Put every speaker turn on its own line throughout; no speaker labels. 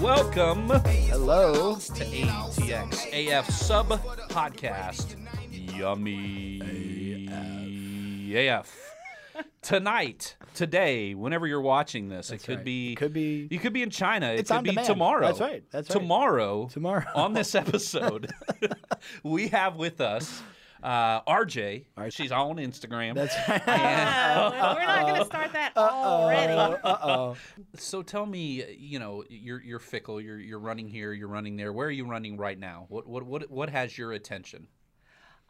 welcome
Hello.
to ATX AF Sub Podcast. Yummy AF. Tonight, today, whenever you're watching this, it could
right.
be
Could be-
you could be in China. It
It's
could
on
be
demand.
tomorrow.
That's right. That's right.
Tomorrow.
Tomorrow.
on this episode, we have with us uh, RJ.
RJ.
She's on Instagram.
That's right.
Uh, we're not going to start that already.
Uh oh.
So tell me, you know, you're you're fickle. You're you're running here. You're running there. Where are you running right now? What what what what has your attention?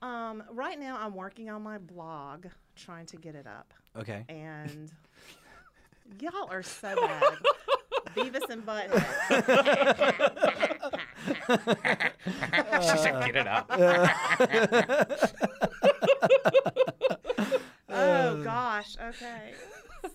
Um, right now, I'm working on my blog, trying to get it up,
Okay.
and y'all are so bad. Beavis and Butthead.
she
Uh,
said, "Get it up."
oh gosh. Okay.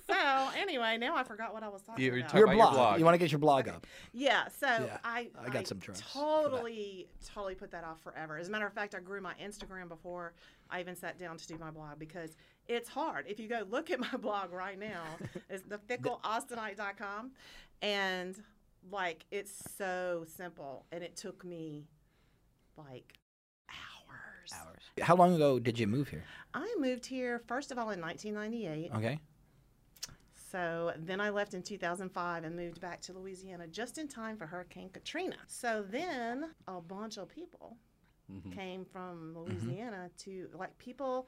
So anyway, now I forgot what I was talking
You were
about.
talking
Your
about
blog.
your blog.
You want to get your blog up?
Yeah, so
Yeah,
I,
I got some trunks for that.
Totally, totally put that off forever. As a matter of fact, I grew my Instagram before I even sat down to do my blog because it's hard. If you go look at my blog right now, it's thefickleaustinite.com, and like it's so simple, and it took me like hours. Hours.
How long ago did you move here?
I moved here first of all in 1998.
Okay.
So then I left in 2005 and moved back to Louisiana just in time for Hurricane Katrina. So then a bunch of people
Mm-hmm.
came from Louisiana to, like, people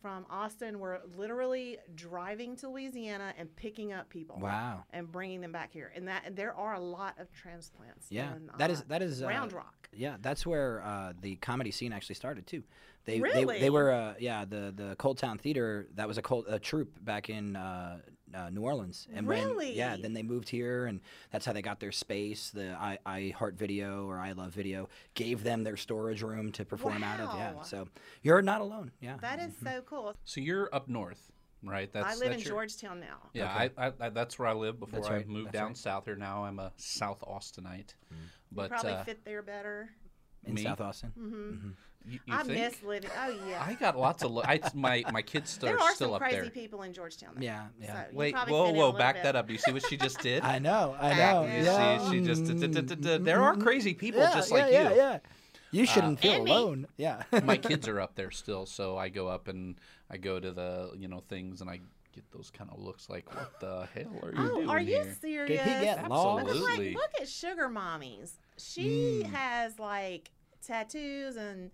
from Austin were literally driving to Louisiana and picking up people.
Wow.
And bringing them back here. And that and there are a lot of transplants.
Yeah.
in,
That is-
uh,
that is, uh,
Round Rock.
Yeah, that's where uh, the comedy scene actually started too. They they, they
Really?
were uh, yeah the the Cold Town Theater that was a cold a troupe back in uh, uh, New Orleans and when yeah
Really?
then they moved here and that's how they got their space the I, I Heart Video or I Love Video gave them their storage room to perform out of yeah
Wow.
so you're not alone yeah Mm-hmm.
That is so cool.
So you're up north, right? Mm-hmm. That's
I live
that's
in
your-
Georgetown now.
Yeah, I, I, I, that's where I live before
That's
I
right,
moved
that's
down
right.
south here. Now I'm a South Austinite. But
Probably
uh,
fit there better. Mm-hmm.
in
me?
South Austin
you, you
I
think?
miss living. Oh, yeah.
I got lots of. Lo- I, my my kids still,
there are
still
some
up
crazy
there.
people in Georgetown. Though.
yeah
So
yeah
you
Wait,
probably
whoa,
fit in
whoa,
a little
back
bit.
that up. You see what she just did?
I know I
Back
know
there.
You
yeah. Mm-hmm.
see, she just. There are crazy people
Yeah,
just
yeah,
like
yeah,
you. Uh,
yeah you shouldn't feel
And me.
alone yeah
my kids are up there still, so I go up and I go to the you know things and I get those kind of looks like what the hell are you
Oh,
doing
are you
here?
serious?
did he get lost
I'm like,
Absolutely.
look at Sugar Mommies.
Mm.
She has like tattoos, and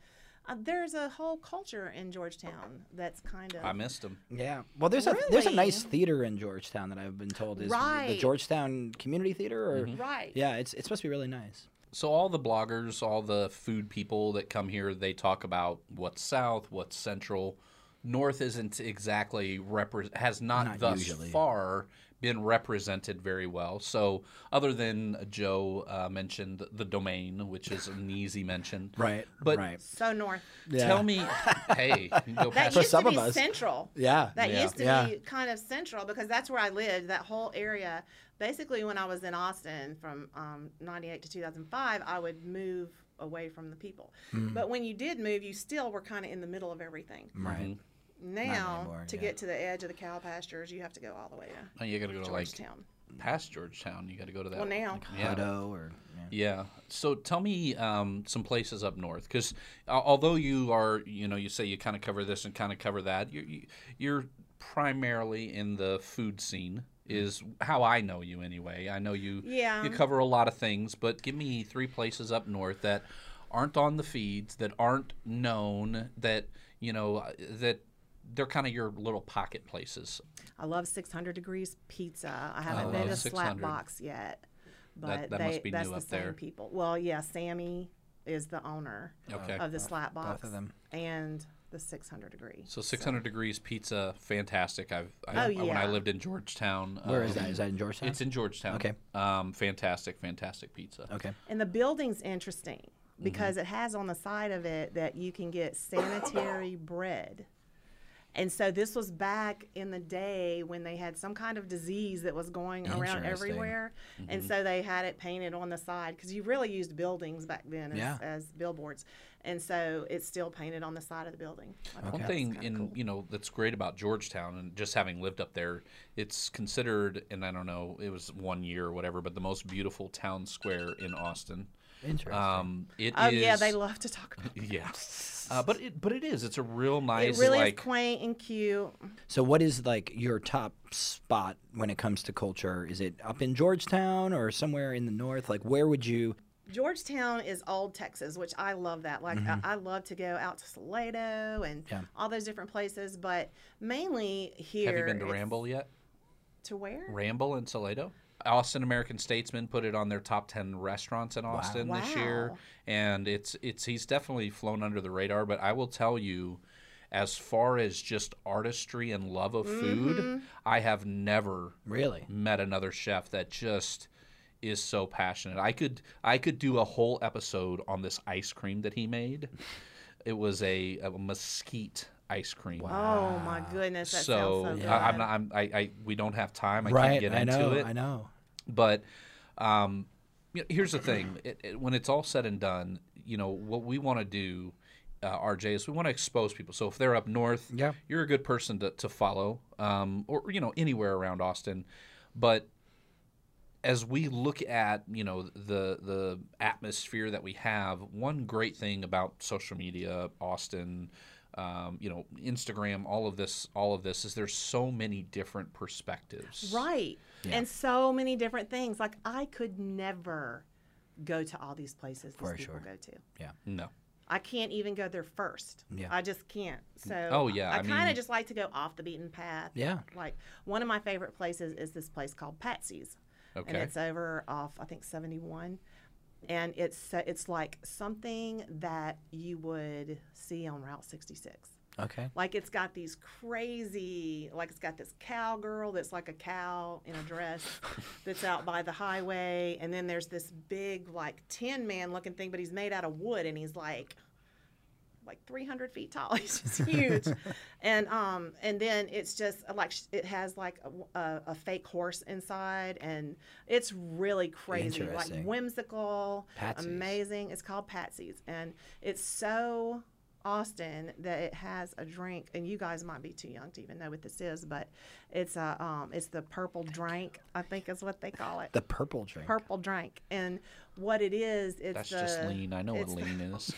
uh, there's a whole culture in Georgetown that's kind of.
I missed them.
Yeah. Well, there's a there's a nice
Really?
theater in Georgetown that I've been told is the
Right.
Georgetown Community Theater. Or
Mm-hmm.
Right.
yeah, it's it's supposed to be really nice.
So all the bloggers, all the food people that come here, they talk about what's south, what's central. North isn't exactly repre- has not,
Not
thus
usually.
far been represented very well. So other than Joe uh, mentioned the domain, which is an easy mention, But
So north.
Yeah.
tell me, hey, you can go
That
past
For
used
some
to
of
be
us.
central.
Yeah.
That
Yeah.
used to
Yeah.
be kind of central because that's where I lived, that whole area. Basically, when I was in Austin from um, 98 to 2005, I would move away from the people.
Hmm.
But when you did move, you still were kind of in the middle of everything.
Right.
Now,
Hmm. anymore,
to
yeah.
get to the edge of the cow pastures, you have to go all the way to
Oh, you got to go to like
Georgetown.
past Georgetown. You got to go to that.
well, now.
Mm-hmm. Yeah.
Hutto or yeah.
Yeah. So tell me um, some places up north, because although you are, you know, you say you kind of cover this and kind of cover that, you're you- you're primarily in the food scene. Is how I know you anyway. I know you.
Yeah.
You cover a lot of things, but give me three places up north that aren't on the feeds, that aren't known, that you know, that they're kind of your little pocket places.
I love 600 degrees pizza. I
I
haven't been
love
to
600.
Slapbox yet, but
that
they,
must be
that's
new
the
up
same
there. Oh,
people. Well, yeah, Sammy is the owner
Okay.
of the Slapbox. Box
of them.
And the 600 degree.
So 600 degrees pizza, fantastic. I've I,
Oh,
when I
yeah.
lived in Georgetown.
Where Oh, is
um,
that? Is that in Georgetown?
It's in Georgetown.
Okay.
Um, fantastic, fantastic pizza.
okay.
And the building's interesting
Mm-hmm.
because it has on the side of it that you can get sanitary bread. And so this was back in the day when they had some kind of disease that was going around
Interesting. Mm-hmm.
everywhere. And so they had it painted on the side because you really used buildings back then as,
Yeah.
as billboards. And so it's still painted on the side of the building. I thought
One
that was
thing
kinda
in
cool.
you know that's great about Georgetown and just having lived up there, it's considered and I don't know it was one year or whatever, but the most beautiful town square in Austin.
Interesting.
Um, it
Oh yeah,
is-
they love to talk about. It,
yeah, uh, but it but it is it's a real nice
it really
like
is quaint and cute.
so, what is like your top spot when it comes to culture? Is it up in Georgetown or somewhere in the north? Like, where would you?
Georgetown is old Texas, which I love that. Like
Mm-hmm.
I, I love to go out to Salado and
Yeah.
all those different places, but mainly here.
have you been to
it's-
Ramble yet?
To where?
Ramble in Salado. Austin American Statesman put it on their top ten restaurants in Austin this year,
Wow.
and it's it's he's definitely flown under the radar. But I will tell you, as far as just artistry and love of food, I have never
Really?
met another chef that just is so passionate. I could I could do a whole episode on this ice cream that he made. It was a, a mesquite ice cream.
oh my goodness, that
So,
sounds so good.
I, I'm not. I'm, I, I we don't have time. I
right.
can't get
I
into
know.
it.
I know.
But um, you know, here's the thing: it, it, when it's all said and done, you know what we want to do, uh, RJ, is we want to expose people. So if they're up north,
Yeah.
you're a good person to, to follow, um, or you know anywhere around Austin. But as we look at you know the the atmosphere that we have, one great thing about social media, Austin. Um, you know, Instagram, all of this, all of this is there's so many different perspectives.
Right. And so many different things. Like I could never go to all these places these
For
people
sure.
go to.
Yeah.
No.
I can't even go there first.
Yeah.
I just can't. So
Oh, yeah, I
I, kind
mean-
of just like to go off the beaten path.
Yeah.
Like one of my favorite places is this place called Patsy's. And
Okay.
it's over off I think 71 and it's so- it's like something that you would see on Route 66.
Okay.
Like it's got these crazy, like it's got this cowgirl that's like a cow in a dress that's out by the highway, and then there's this big like tin man looking thing, but he's made out of wood, and he's like like 300 feet tall. He's just huge, and um and then it's just uh, like sh- it has like a, a, a fake horse inside, and it's really crazy, like
Interesting.
whimsical,
Patsy's.
amazing. It's called Patsy's, and it's so Austin that it has a drink, and you guys might be too young to even know what this is, but it's a um, it's the purple drink, I think is what they call it.
The purple drink.
purple drink, and what it is, it's
That's
the,
just lean. I know what
it's the-
lean is.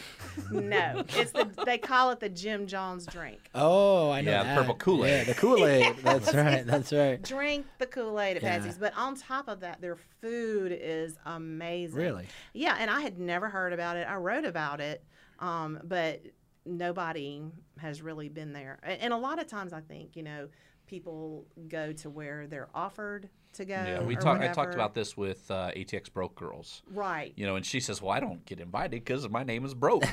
no, it's the they call it the Jim Jones drink.
Oh, I know.
Yeah,
that.
purple Kool-Aid.
Yeah, the Kool Aid. That's right. That's right.
Drink the Kool Aid at
Yeah.
Patsy's, but on top of that, their food is amazing.
Really?
Yeah, and I had never heard about it. I wrote about it, um, but nobody has really been there. A- And a lot of times, I think you know, people go to where they're offered to go.
Yeah, we
or
talked. I talked
whatever.
about this with uh, ATX Broke Girls.
Right.
You know, and she says, "Well, I don't get invited because my name is Broke,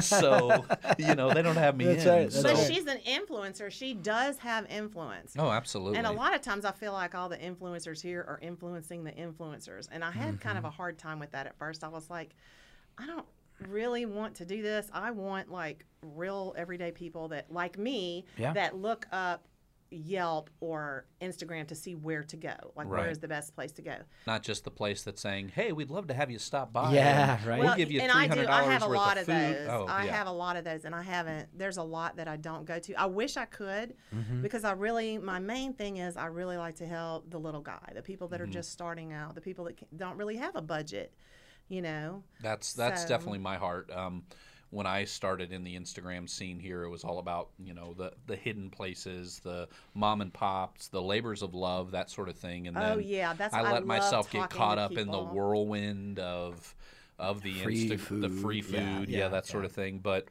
so you know they don't have me
That's
in."
right, that's
so,
But
right.
she's an influencer. She does have influence.
oh, absolutely.
And a lot of times I feel like all the influencers here are influencing the influencers. And I had
Mm-hmm.
kind of a hard time with that at first. I was like, I don't really want to do this. I want like real everyday people that like me
Yeah.
that look up Yelp or Instagram to see where to go. Like where
Right.
is the best place to go.
Not just the place that's saying, "Hey, we'd love to have you stop by."
Yeah,
and
right.
We'll
Well,
give you
and
three
I do.
hundred
I
dollars
have a
worth
lot
of
of
food.
those.
Oh,
I
yeah.
have a lot of those, and I haven't. There's a lot that I don't go to. I wish I could,
Mm-hmm.
because I really. My main thing is I really like to help the little guy, the people that
Mm-hmm.
are just starting out, the people that can, don't really have a budget. You know.
That's that's
So-
definitely my heart. Um, when I started in the Instagram scene here, it was all about you know the the hidden places, the mom and pops, the labors of love, that sort of thing. And
Oh
then
yeah, that's.
I let
love
myself get
talking to
caught up in the
people.
whirlwind of of the
Free
instant the free
food. Yeah,
food, yeah,
yeah,
that sort
yeah.
of thing. But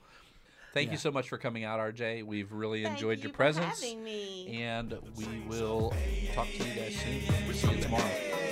thank you so much for coming out, RJ. We've really
Thank
enjoyed
you
your
for
presence,
having me.
and we will talk to you guys soon. See you tomorrow.